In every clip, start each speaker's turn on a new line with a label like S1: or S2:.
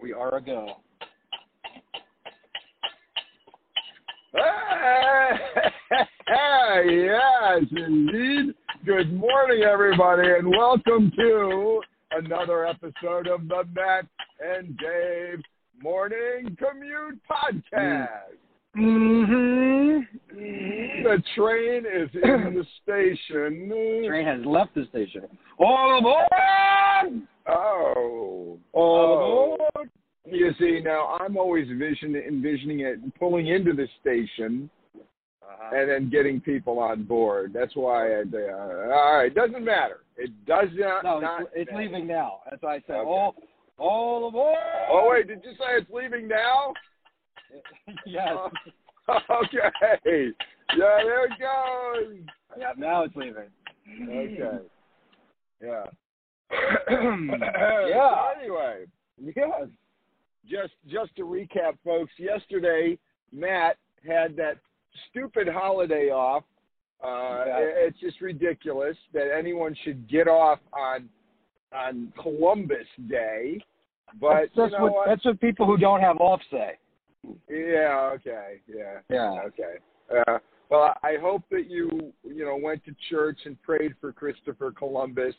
S1: we are a go. yes, indeed. Good morning, everybody, and welcome to another episode of the Matt and Dave Morning Commute Podcast.
S2: Mm-hmm.
S1: The train is in the station.
S2: The train has left the station.
S1: All aboard! Oh.
S2: All
S1: aboard! You see, now I'm always vision, envisioning it pulling into the station
S2: Uh-huh.
S1: and then getting people on board. That's why. I, uh, all right, doesn't matter. It does not.
S2: No,
S1: not
S2: it's, it's
S1: matter.
S2: leaving now. That's why I said
S1: Okay.
S2: all, all aboard.
S1: Oh wait, did you say it's leaving now?
S2: yes.
S1: okay. Yeah, there it goes.
S2: Yeah, now it's leaving. Mm-hmm.
S1: Okay. Yeah.
S2: yeah.
S1: So anyway,
S2: Yes.
S1: just just to recap, folks. Yesterday, Matt had that stupid holiday off. Uh,
S2: Yeah.
S1: it- It's just ridiculous that anyone should get off on on Columbus Day. But
S2: that's, that's
S1: you know
S2: what,
S1: what?
S2: that's what people who don't have off say.
S1: Yeah. Okay. Yeah.
S2: Yeah.
S1: Okay. Uh, well, I I hope that you you know went to church and prayed for Christopher Columbus.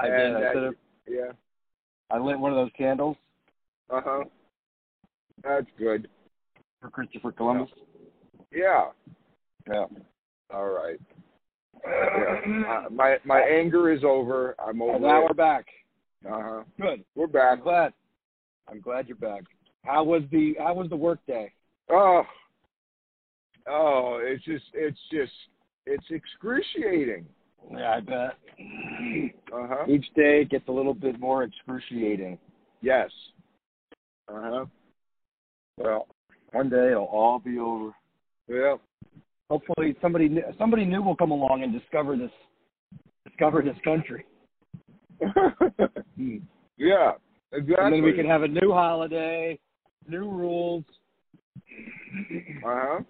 S2: I did.
S1: And uh,
S2: I,
S1: that-
S2: set up-
S1: Yeah.
S2: I lit one of those candles
S1: Uh huh. That's good.
S2: for Christopher Columbus.
S1: Yeah.
S2: Yeah.
S1: All right. Yeah. Uh, my my anger is over. I'm over.
S2: And now
S1: it.
S2: we're back.
S1: Uh huh.
S2: Good.
S1: We're back.
S2: I'm glad. I'm glad you're back. How was the How was the work day?
S1: Oh. Oh, it's just it's just it's excruciating.
S2: Yeah, I bet.
S1: Uh huh.
S2: Each day it gets a little bit more excruciating.
S1: Yes. Uh huh. Well.
S2: One day it'll all be over.
S1: Yeah.
S2: Hopefully, somebody kn- somebody new will come along and discover this discover this country, Hmm.
S1: yeah, exactly.
S2: and then we can have a new holiday, new rules.
S1: Uh huh.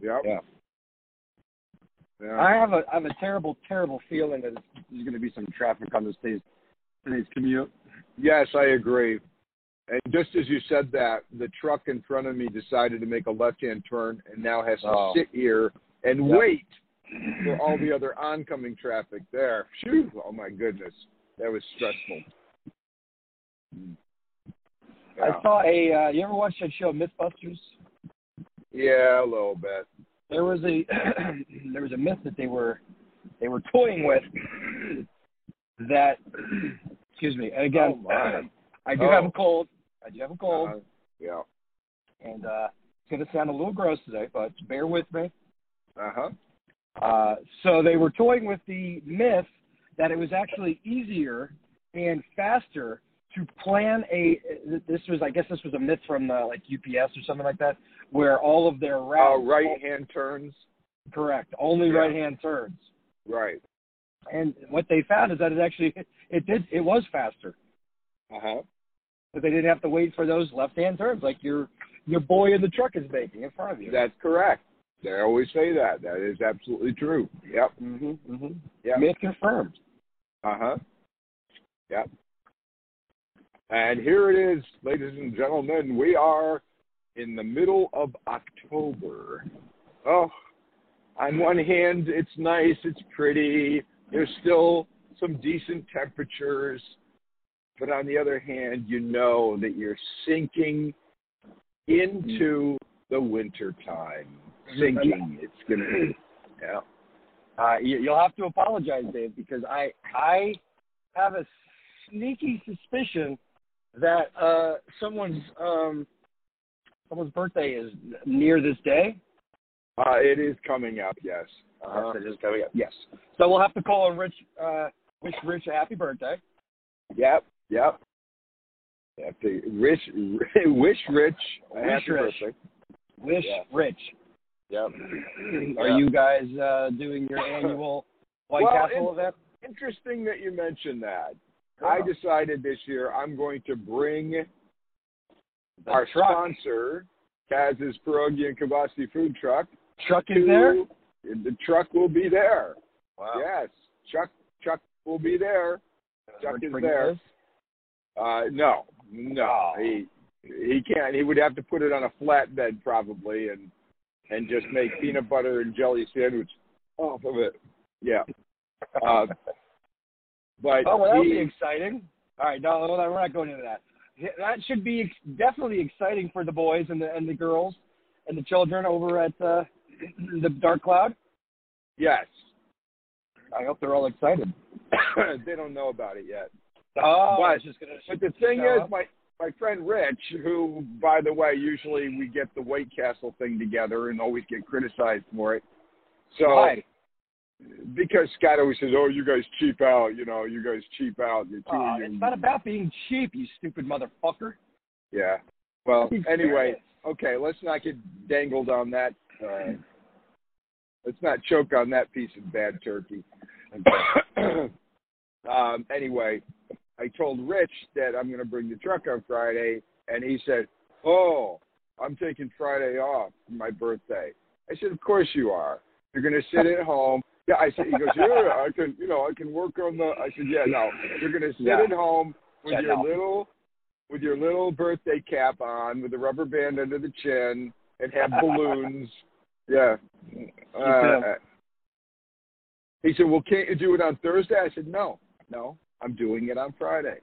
S1: Yep.
S2: Yeah.
S1: Yeah.
S2: I have a I have a terrible terrible feeling that there's going to be some traffic on this day's today's commute.
S1: Yes, I agree. And just as you said that, the truck in front of me decided to make a left-hand turn and now has to
S2: Oh.
S1: sit here and
S2: Yep.
S1: wait for all the other oncoming traffic there. Phew! Oh my goodness, that was stressful.
S2: I saw a uh, you ever watched that show MythBusters?
S1: Yeah, a little bit.
S2: There was a there was a myth that they were they were toying with that excuse me. And again,
S1: Oh, my.
S2: I do
S1: Oh.
S2: have a cold. I do have a cold.
S1: Uh, yeah.
S2: and uh, it's going to sound a little gross today, but bear with me.
S1: Uh huh.
S2: Uh, so they were toying with the myth that it was actually easier and faster to plan a. This was, I guess, this was a myth from uh, like UPS or something like that, where all of their
S1: Uh,
S2: routes
S1: right-hand turns.
S2: correct, only
S1: Yeah.
S2: right hand turns.
S1: Right.
S2: And what they found is that it actually it did it was faster.
S1: Uh
S2: Uh-huh.
S1: huh.
S2: But they didn't have to wait for those left hand turns like your your boy in the truck is making in front of you.
S1: That's correct. They always say that. That is absolutely true. Yep.
S2: hmm
S1: mm-hmm,
S2: hmm
S1: Yep.
S2: Myth confirmed.
S1: Uh huh. Yep. And here it is, ladies and gentlemen. We are in the middle of October. Oh, on one hand, it's nice, it's pretty. There's still some decent temperatures. But on the other hand, you know that you're sinking into the winter time. Sinking. It's going to yeah.
S2: Uh, you, you'll have to apologize, Dave, because I I have a sneaky suspicion that uh, someone's um, someone's birthday is near this day.
S1: Uh, it is coming up, yes. Uh-huh.
S2: Yes, it is coming up. Yes, so we'll have to call and Rich uh, wish Rich a happy birthday.
S1: Yep, yep. Have to wish, wish Rich. a
S2: Wish
S1: happy
S2: Rich.
S1: birthday.
S2: Wish
S1: Yeah.
S2: Rich.
S1: Yep.
S2: Are
S1: Yeah.
S2: you guys uh, doing your annual White
S1: Well,
S2: Castle event?
S1: Interesting that you mentioned that. I decided this year I'm going to bring
S2: The
S1: our
S2: truck
S1: sponsor, Kaz's Pierogi and Kibasi Food Truck.
S2: truck
S1: to-
S2: is there.
S1: The truck will be there.
S2: Wow.
S1: Yes, Chuck. Chuck will be there. Chuck
S2: Where'd
S1: is
S2: Pringle
S1: there.
S2: live?
S1: Uh,
S2: Oh.
S1: no, no, he he can't. He would have to put it on a flatbed probably, and and just make peanut butter and jelly sandwich off of it. Yeah, uh, but
S2: Oh, well, that'll
S1: he,
S2: be exciting. All right, no, hold on, we're not going into that. Yeah, That should be ex- definitely exciting for the boys and the and the girls and the children over at uh, the Dark Cloud.
S1: yes,
S2: I hope they're all excited.
S1: they don't know about it yet.
S2: Oh,
S1: But-
S2: I was just gonna.
S1: But the thing
S2: Uh-huh.
S1: is, my my friend Rich, who by the way, usually we get the White Castle thing together and always get criticized for it. So
S2: Why?
S1: because Scott always says, "Oh, you guys cheap out," you know, you guys cheap out. You're too,
S2: Aw,
S1: you,
S2: it's not about being cheap, you stupid motherfucker.
S1: yeah. Well,
S2: Be
S1: anyway,
S2: serious.
S1: okay, let's not get dangled on that. Uh, let's not choke on that piece of bad turkey. um, anyway, I told Rich that I'm going to bring the truck on Friday, and he said, "Oh, I'm taking Friday off for my birthday." I said, "Of course you are. You're going to sit at home." Yeah, I said. He goes, "Yeah, I can. You know, I can work on the." I said, "Yeah, no, you're going to sit
S2: Yeah.
S1: at home with
S2: Yeah,
S1: your
S2: no.
S1: little, with your little birthday cap on, with a rubber band under the chin, and have balloons." Yeah. Uh, he said, "Well, can't you do it on Thursday?" I said, "No, no, I'm doing it on Friday.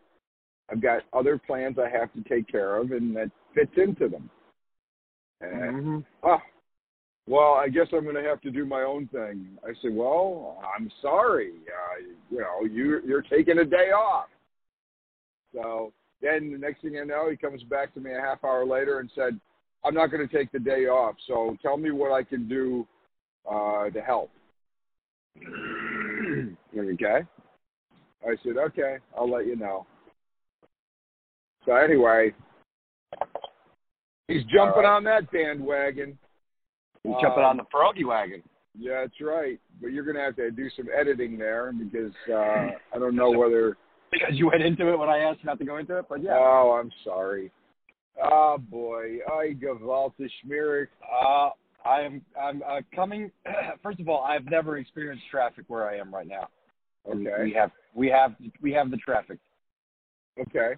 S1: I've got other plans I have to take care of, and that fits into them."
S2: Mm-hmm.
S1: And, "Ah, well, I guess I'm going to have to do my own thing. I said, "Well, I'm sorry. Uh, you know, you you're taking a day off." So then the next thing I know, he comes back to me a half hour later and said, "I'm not going to take the day off. So tell me what I can do uh, to help." okay. I said, "Okay, I'll let you know." So anyway, Uh, he's jumping
S2: All right.
S1: on that bandwagon.
S2: He's jumping
S1: Um,
S2: on the pierogi wagon.
S1: Yeah, that's right. But you're going to have to do some editing there because uh, I don't know whether.
S2: Because you went into it when I asked not to go into it, but yeah.
S1: Oh, I'm sorry. Oh boy, I gewaltig schmierig.
S2: Uh, I am I'm uh, coming. First of all, I've never experienced traffic where I am right now. We-
S1: Okay,
S2: We have we have we have the traffic.
S1: okay.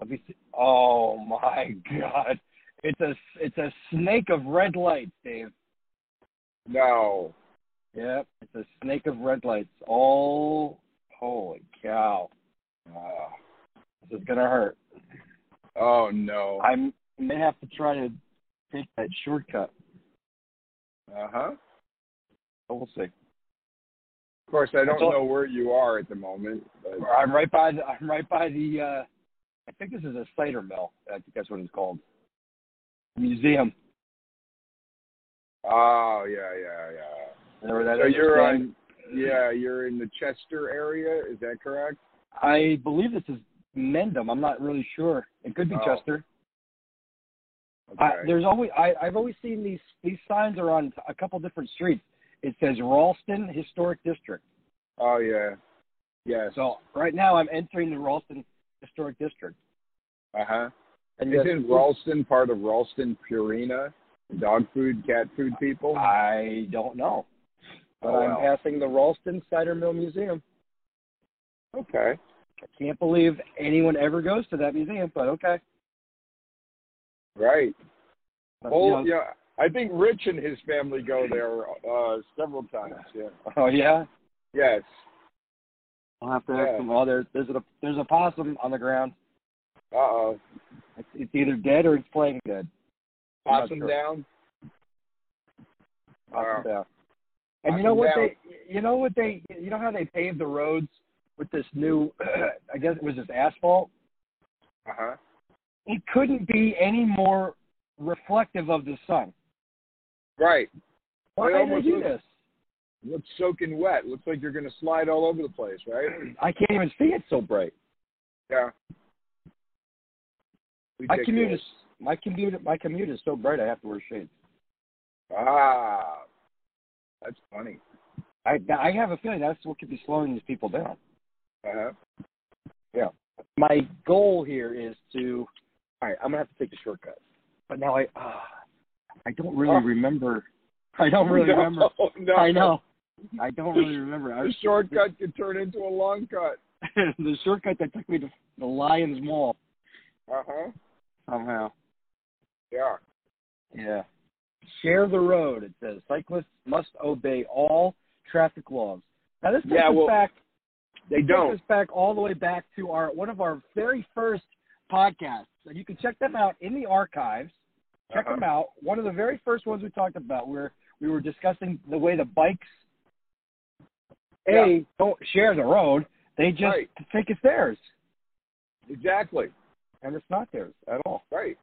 S2: Let me see. Oh my God! It's a it's a snake of red lights, Dave.
S1: No,
S2: Yep, it's a snake of red lights. All holy cow!
S1: Uh,
S2: This is gonna hurt.
S1: oh no.
S2: I am may have to try to take that shortcut.
S1: Uh huh.
S2: But we'll see.
S1: Of course, I
S2: That's
S1: don't
S2: all-
S1: know where you are at the moment. But,
S2: I'm right by the I'm right by the. Uh, I think this is a cider mill. I think that's what it's called. Museum.
S1: oh yeah, yeah, yeah.
S2: Remember that?
S1: So you're uh,
S2: understand-
S1: on, yeah, you're in the Chester area. Is that correct?
S2: I believe this is Mendham. I'm not really sure. It could be
S1: Oh,
S2: Chester.
S1: Okay.
S2: I, there's always I, I've always seen these these signs are on a couple different streets. It says Ralston Historic District.
S1: oh yeah, yes.
S2: So right now I'm entering the Ralston Historic District.
S1: Uh huh.
S2: And yes,
S1: Isn't Ralston part of Ralston Purina? Dog food, cat food people?
S2: Ah. I don't know, but
S1: Oh,
S2: I'm
S1: wow.
S2: passing the Ralston Cider Mill Museum.
S1: Okay.
S2: I can't believe anyone ever goes to that museum, but okay.
S1: Right.
S2: But, you know-
S1: Well, yeah. I think Rich and his family go there uh several times. Yeah.
S2: Oh yeah.
S1: Yes.
S2: I'll have to
S1: Yeah.
S2: ask them. Oh, there's there's a there's a possum on the ground.
S1: Uh oh.
S2: It's, it's either dead or it's playing dead. I'm not
S1: Possum
S2: sure.
S1: down.
S2: Up and down.
S1: Up
S2: And you know
S1: and
S2: what
S1: down.
S2: they, you know what they, you know how they paved the roads with this new, I guess it was this asphalt.
S1: Uh huh.
S2: It couldn't be any more reflective of the sun.
S1: Right.
S2: Why
S1: It
S2: did they
S1: almost
S2: do
S1: looks-
S2: this?
S1: Looks soaking wet. Looks like you're gonna slide all over the place, right?
S2: I can't even see it so bright.
S1: Yeah.
S2: My commute
S1: Ridiculous.
S2: is my commute my commute is so bright I have to wear shades.
S1: Ah. That's funny.
S2: I I have a feeling that's what could be slowing these people down.
S1: Uh huh.
S2: my goal here is to all right i'm going to have to take the shortcut but now i uh, i don't really
S1: Oh.
S2: remember i don't really
S1: no,
S2: remember
S1: No.
S2: i know i don't really remember I
S1: The
S2: was-
S1: shortcut could turn into a long cut.
S2: the shortcut that took me to the Lions Mall
S1: Uh huh.
S2: somehow.
S1: Yeah.
S2: Yeah. Share the road, it says. Cyclists must obey all traffic laws. Now this takes
S1: Yeah,
S2: us
S1: well,
S2: back
S1: They
S2: Takes
S1: don't.
S2: us back all the way back to our one of our very first podcasts. And you can check them out in the archives. Check
S1: Uh-huh.
S2: them out. One of the very first ones we talked about where we were discussing the way the bikes A
S1: Yeah.
S2: don't share the road. They just
S1: Right.
S2: think it's theirs.
S1: Exactly.
S2: And it's not theirs at all.
S1: Right.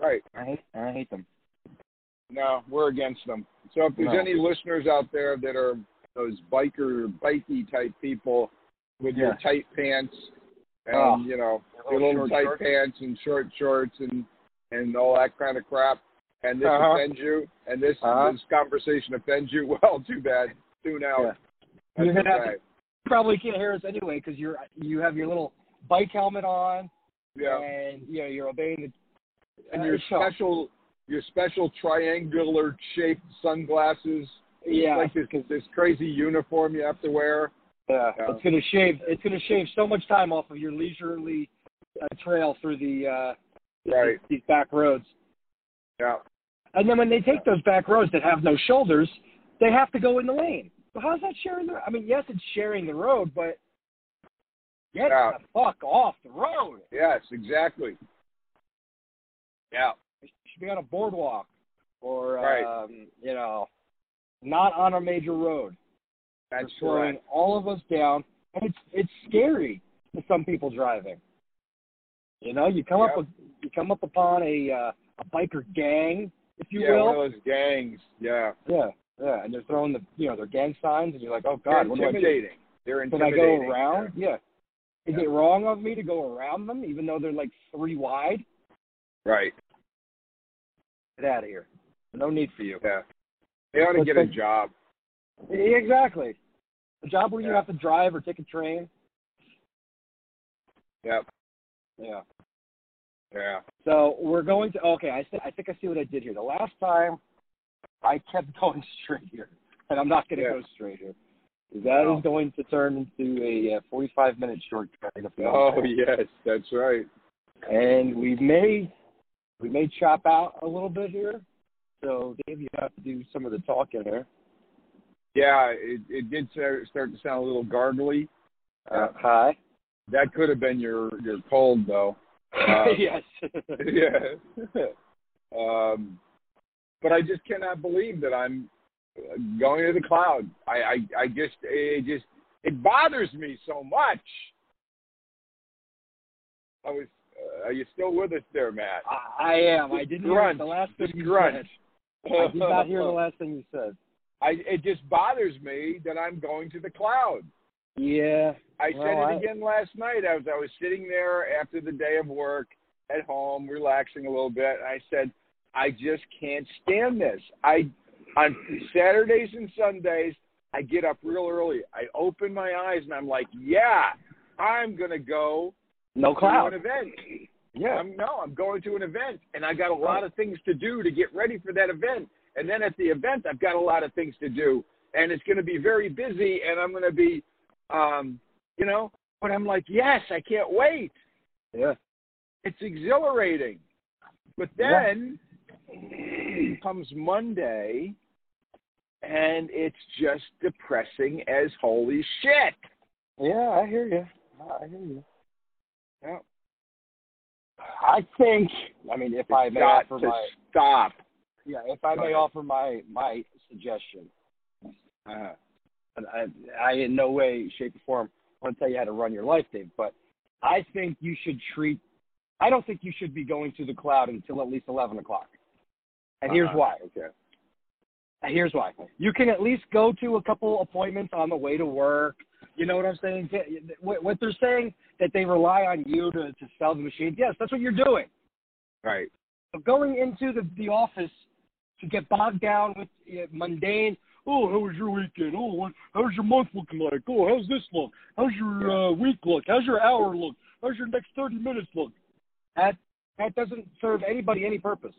S1: Right.
S2: I hate I hate them.
S1: No, we're against them. So if there's
S2: No.
S1: any listeners out there that are those biker, bikey type people with your
S2: Yeah.
S1: tight pants and
S2: Oh.
S1: you know
S2: Your
S1: your
S2: little
S1: little
S2: short
S1: tight
S2: shorts.
S1: pants and short shorts and and all that kind of crap, and this
S2: Uh-huh.
S1: offends you, and this
S2: Uh-huh.
S1: this conversation offends you, well, too bad. Tune out.
S2: Yeah.
S1: That's
S2: Yeah.
S1: okay.
S2: You probably can't hear us anyway because you're you have your little bike helmet on
S1: Yeah.
S2: and you know you're obeying the
S1: And
S2: uh,
S1: your
S2: show.
S1: special your special triangular shaped sunglasses.
S2: yeah
S1: Like this this crazy uniform you have to wear.
S2: Yeah,
S1: Yeah.
S2: it's gonna shave. It's gonna shave so much time off of your leisurely uh, trail through the uh,
S1: Right.
S2: these back roads.
S1: Yeah.
S2: And then when they take those back roads that have no shoulders, they have to go in the lane. So how's that sharing the? I mean, yes, it's sharing the road, but get
S1: Yeah.
S2: the fuck off the road.
S1: Yes, exactly. Yeah.
S2: It should be on a boardwalk or
S1: Right.
S2: um, you know, not on a major road.
S1: That's
S2: They're slowing
S1: correct.
S2: all of us down, and it's it's scary to some people driving. You know, you come up
S1: Yeah.
S2: with you come up upon a uh, a biker gang, if you
S1: yeah,
S2: will.
S1: one of those gangs. Yeah.
S2: yeah, yeah, and they're throwing the you know their gang signs, and you're like, oh god,
S1: They're
S2: what do I do?
S1: intimidating. They're
S2: Can I
S1: intimidating.
S2: go around? Yeah. Is
S1: Yeah.
S2: it wrong of me to go around them, even though they're like three wide?
S1: Yeah. Right.
S2: Get out of here. No need for you.
S1: Yeah. They ought to
S2: But
S1: get a
S2: they-
S1: job.
S2: Exactly. A job where you
S1: Yeah.
S2: have to drive or take a train.
S1: Yeah.
S2: Yeah.
S1: Yeah.
S2: So we're going to. Okay, I, th- I think I see what I did here. The last time, I kept going straight here, and I'm not going to
S1: Yeah.
S2: go straight here. That is
S1: No.
S2: going to turn into a uh, 45 minute shortcut. if we don't-
S1: Oh yes, that's right.
S2: And we may we may chop out a little bit here. So Dave, you have to do some of the talking there.
S1: Yeah, it, it did start start to sound a little gargly.
S2: Uh, hi.
S1: That could have been your your cold though. Uh,
S2: yes.
S1: yeah. um, but I just cannot believe that I'm uh, going to the cloud. I, I, I just, it just, it bothers me so much. I was, uh, are you still with us there, Matt?
S2: I, I am. I didn't hear
S1: Grunt.
S2: the last thing
S1: Just
S2: you
S1: grunt.
S2: said. I did not hear the last thing you said.
S1: I, it just bothers me that I'm going to the cloud.
S2: Yeah.
S1: I
S2: Well,
S1: said it
S2: I-
S1: again last night as I was sitting there after the day of work at home, relaxing a little bit. And I said, I just can't stand this. I on Saturdays and Sundays, I get up real early. I open my eyes and I'm like, yeah, I'm gonna go
S2: No
S1: to
S2: cloud.
S1: an event.
S2: Yeah.
S1: I'm, no, I'm going to an event, and I got a lot of things to do to get ready for that event. And then at the event, I've got a lot of things to do, and it's going to be very busy, and I'm going to be, um, you know. But I'm like, yes, I can't wait.
S2: Yeah.
S1: It's exhilarating. But
S2: Yeah.
S1: then comes Monday, and it's just depressing as holy shit.
S2: Yeah, I hear you. I hear you.
S1: Yeah.
S2: I think. I mean, if I may
S1: got
S2: offer
S1: to
S2: my
S1: stop.
S2: yeah, if I
S1: Go
S2: may
S1: ahead.
S2: offer my my suggestion,
S1: Uh,
S2: and I I in no way, shape, or form want to tell you how to run your life, Dave, but I think you should treat. I don't think you should be going to the cloud until at least eleven o'clock. And here's
S1: Uh-huh.
S2: why.
S1: okay.
S2: And Here's why. You can at least go to a couple appointments on the way to work. You know what I'm saying? Get- What what they're saying that they rely on you to to sell the machines. Yes, that's what you're doing.
S1: Right.
S2: But going into the the office to get bogged down with uh, mundane. Oh, how was your weekend? Oh, what, how's your month looking like? Oh, how's this look? How's your uh, week look? How's your hour look? How's your next thirty minutes look? That that doesn't serve anybody any purpose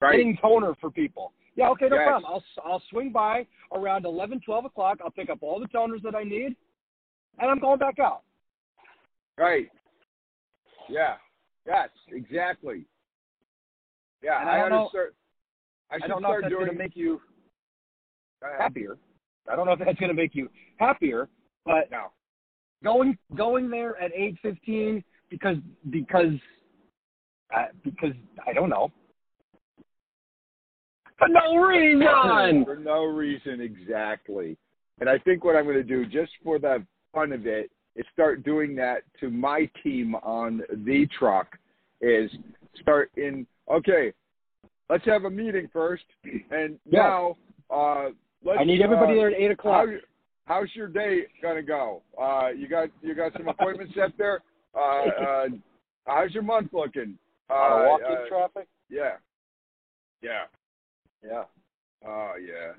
S1: Right.
S2: hitting toner for people. Yeah, okay, no
S1: Yes.
S2: problem. I'll I'll swing by around eleven, twelve o'clock. I'll pick up all the toners that I need, and I'm going back out.
S1: Right. Yeah. Yes. Exactly. Yeah.
S2: And
S1: I,
S2: I don't
S1: oughta
S2: know-
S1: start. I should
S2: don't know if
S1: start
S2: that's
S1: doing.
S2: gonna make you
S1: Go ahead.
S2: happier. I don't know if that's going to make you happier, but
S1: No.
S2: going going there at age 15 because because uh, because I don't know for no reason.
S1: For no reason, exactly. And I think what I'm going to do, just for the fun of it, is start doing that to my team on the truck. Is start in okay. Let's have a meeting first, and
S2: Yeah.
S1: now uh, let's.
S2: I need everybody
S1: uh,
S2: there at eight
S1: How,
S2: o'clock.
S1: how's your day gonna go? Uh, you got you got some appointments up there. Uh, uh, how's your month looking? Uh, uh,
S2: traffic.
S1: yeah. Yeah. Yeah. Oh yeah.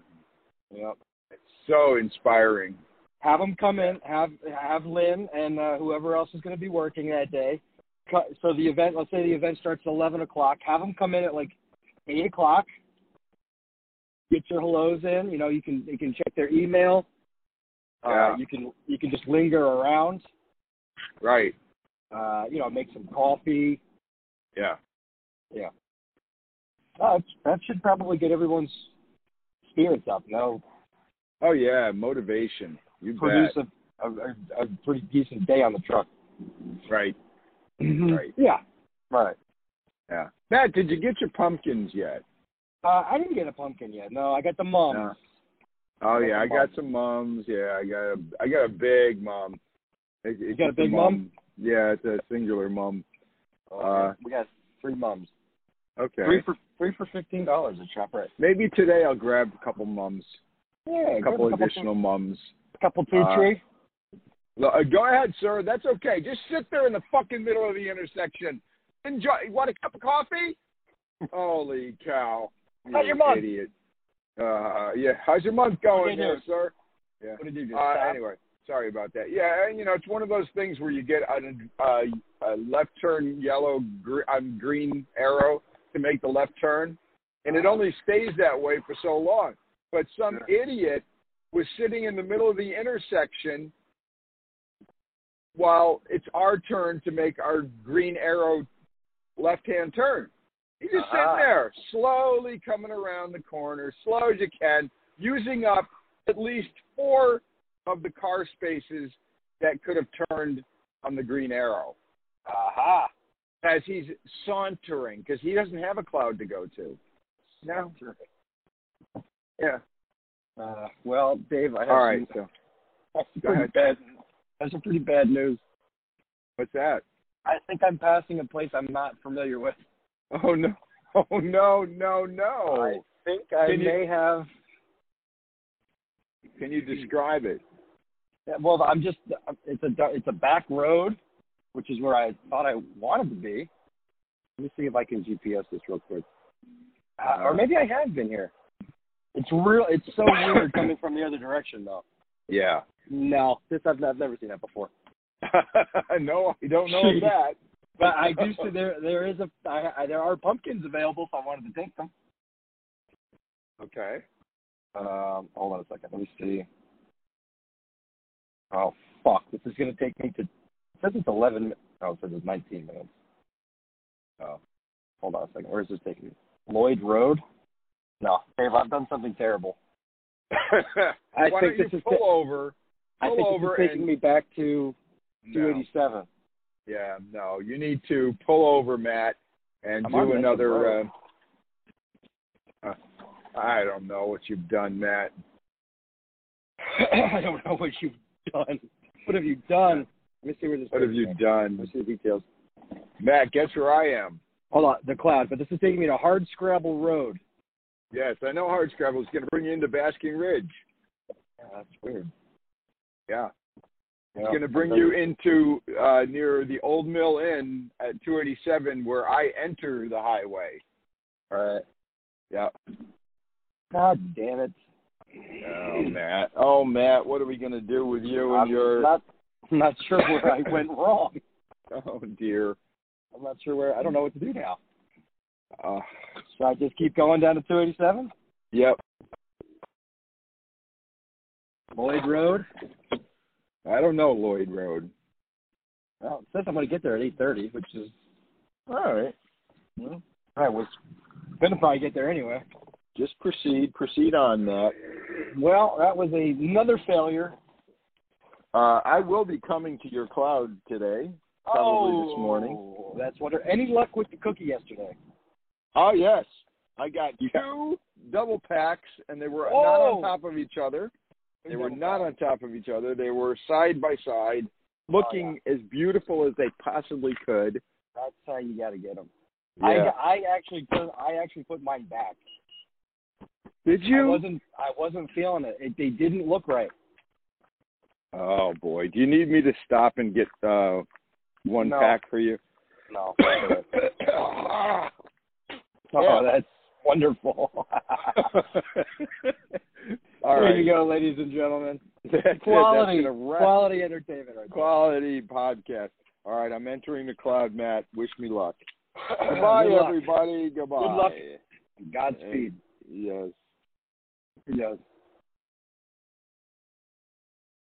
S1: Yep. It's so inspiring.
S2: Have them come in. Have have Lynn and uh, whoever else is going to be working that day. Cu- So the event, let's say the event starts at eleven o'clock. Have them come in at like eight o'clock. Get your hellos in. You know, you can you can check their email.
S1: Yeah.
S2: Uh, you can you can just linger around.
S1: Right.
S2: Uh, you know, make some coffee.
S1: Yeah.
S2: Yeah. Uh, that should probably get everyone's spirits up. You know,
S1: Oh yeah, motivation. You
S2: produce
S1: bet.
S2: a, a, a, a pretty decent day on the truck.
S1: Right. Mm-hmm. Right.
S2: Yeah. Right.
S1: Yeah. Matt, did you get your pumpkins yet?
S2: Uh, I didn't get a pumpkin yet. No, I got the mum.
S1: No. Oh
S2: Got
S1: yeah, I
S2: some
S1: got some mums. Yeah, I got a I got a big mum. It, it's
S2: got a
S1: just
S2: big mum?
S1: Yeah, it's a singular mum. Uh,
S2: Oh, we got three mums.
S1: Okay.
S2: Three for three for fifteen dollars at ShopRite.
S1: Maybe today I'll grab a couple mums,
S2: Yeah,
S1: a couple
S2: grab
S1: additional mums.
S2: a couple two
S1: uh,
S2: tree.
S1: Well, uh, Go ahead, sir. That's okay. Just sit there in the fucking middle of the intersection. Enjoy. You want a cup of coffee? Holy cow! You
S2: How's your month?
S1: Idiot. Uh, yeah. How's your month going,
S2: do you
S1: there,
S2: do?
S1: sir? Yeah.
S2: What did you do?
S1: Uh,
S2: stop?
S1: anyway, sorry about that. Yeah, and, you know, it's one of those things where you get on a, uh, a left turn yellow gr- on green arrow to make the left turn, and it only stays that way for so long. But some idiot was sitting in the middle of the intersection while it's our turn to make our green arrow left hand turn. He's just
S2: Uh-huh.
S1: sitting there, slowly coming around the corner, slow as you can, using up at least four of the car spaces that could have turned on the green arrow
S2: Aha.
S1: as he's sauntering because he doesn't have a cloud to go to. No. Yeah.
S2: Uh, well, Dave, I have
S1: All right.
S2: some,
S1: So
S2: I have some
S1: Go
S2: pretty bad.
S1: ahead.
S2: I have some pretty bad news.
S1: what's that?
S2: I think I'm passing a place I'm not familiar with.
S1: Oh no! Oh no! No no!
S2: I think I
S1: Can you-
S2: may have.
S1: Can you describe it?
S2: Well, I'm just. It's a it's a back road, which is where I thought I wanted to be. Let me see if I can GPS this real quick. Uh, or maybe I have been here. It's real. It's so weird coming from the other direction, though.
S1: Yeah.
S2: No, this I've, I've never seen that before.
S1: no, I don't know of that.
S2: But I do see there there is a I, I, there are pumpkins available if I wanted to take them.
S1: Okay.
S2: Um, hold on a second. Let me see. Oh fuck! This is gonna take me to. It says it's eleven. mi- No, it says it's nineteen minutes. Oh, hold on a second. Where is this taking me? Lloyd Road. No, Dave, I've done something terrible. I
S1: Why
S2: think
S1: don't
S2: this
S1: you
S2: is
S1: pull over?
S2: I
S1: Pull
S2: think this
S1: over
S2: is taking
S1: and-
S2: me back to
S1: No.
S2: 287.
S1: Yeah, no. You need to pull over, Matt, and
S2: I'm on
S1: do
S2: Lincoln
S1: another.
S2: Road.
S1: Uh, uh, I don't know what you've done, Matt.
S2: I don't know what you've done. What have you done? Let me see where this.
S1: What have
S2: takes
S1: you
S2: me.
S1: done,
S2: Let's see the details.
S1: Matt? Guess where I am.
S2: Hold on, the cloud. But this is taking me to Hard Scrabble Road.
S1: Yes, I know Hardscrabble is going to bring you into Basking Ridge.
S2: Yeah, that's weird.
S1: Yeah, it's
S2: Yeah.
S1: going to bring you into uh, near the Old Mill Inn at 287, where I enter the highway.
S2: All right.
S1: Yeah. Mm-hmm.
S2: God damn it.
S1: Oh, Matt. Oh, Matt. What are we going to do with you and
S2: I'm
S1: your?
S2: not, I'm not sure where I went wrong.
S1: Oh dear.
S2: I'm not sure where. I don't know what to do now.
S1: Uh,
S2: Should I just keep going down to 287?
S1: yep.
S2: Lloyd Road.
S1: I don't know Lloyd Road. Well, it says I'm going to get there at 8:30, which is
S2: All right.
S1: well,
S2: I was gonna probably get there anyway.
S1: just proceed, proceed on that.
S2: Well, that was a, another failure.
S1: Uh, I will be coming to your cloud today. Probably this morning.
S2: Oh, That's what. Any luck with the cookie yesterday?
S1: Oh yes, I got
S3: You got-
S1: two double packs, and they were
S2: Oh.
S1: not on top of each other. They were not on top of each other. They were side by side,
S2: Oh, yeah.
S1: looking as beautiful as they possibly could.
S2: That's how you got to get them.
S1: Yeah.
S2: I, I actually put, I actually put mine back.
S1: Did
S2: I
S1: you?
S2: wasn't I wasn't feeling it. it. They didn't look right.
S1: Oh boy, do you need me to stop and get uh, one
S2: No.
S1: pack for you?
S2: No.
S1: oh,
S2: Oh, that's wonderful.
S1: All
S2: there
S1: right.
S2: you go, ladies and gentlemen.
S1: That's it. That's
S2: Quality,
S1: gonna wrap-
S2: quality entertainment. Right there.
S1: quality podcast. All right, I'm entering the cloud, Matt. Wish me luck.
S2: Good
S1: Goodbye,
S2: luck.
S1: everybody. Goodbye.
S2: luck. Godspeed.
S1: Yes.
S2: Yes.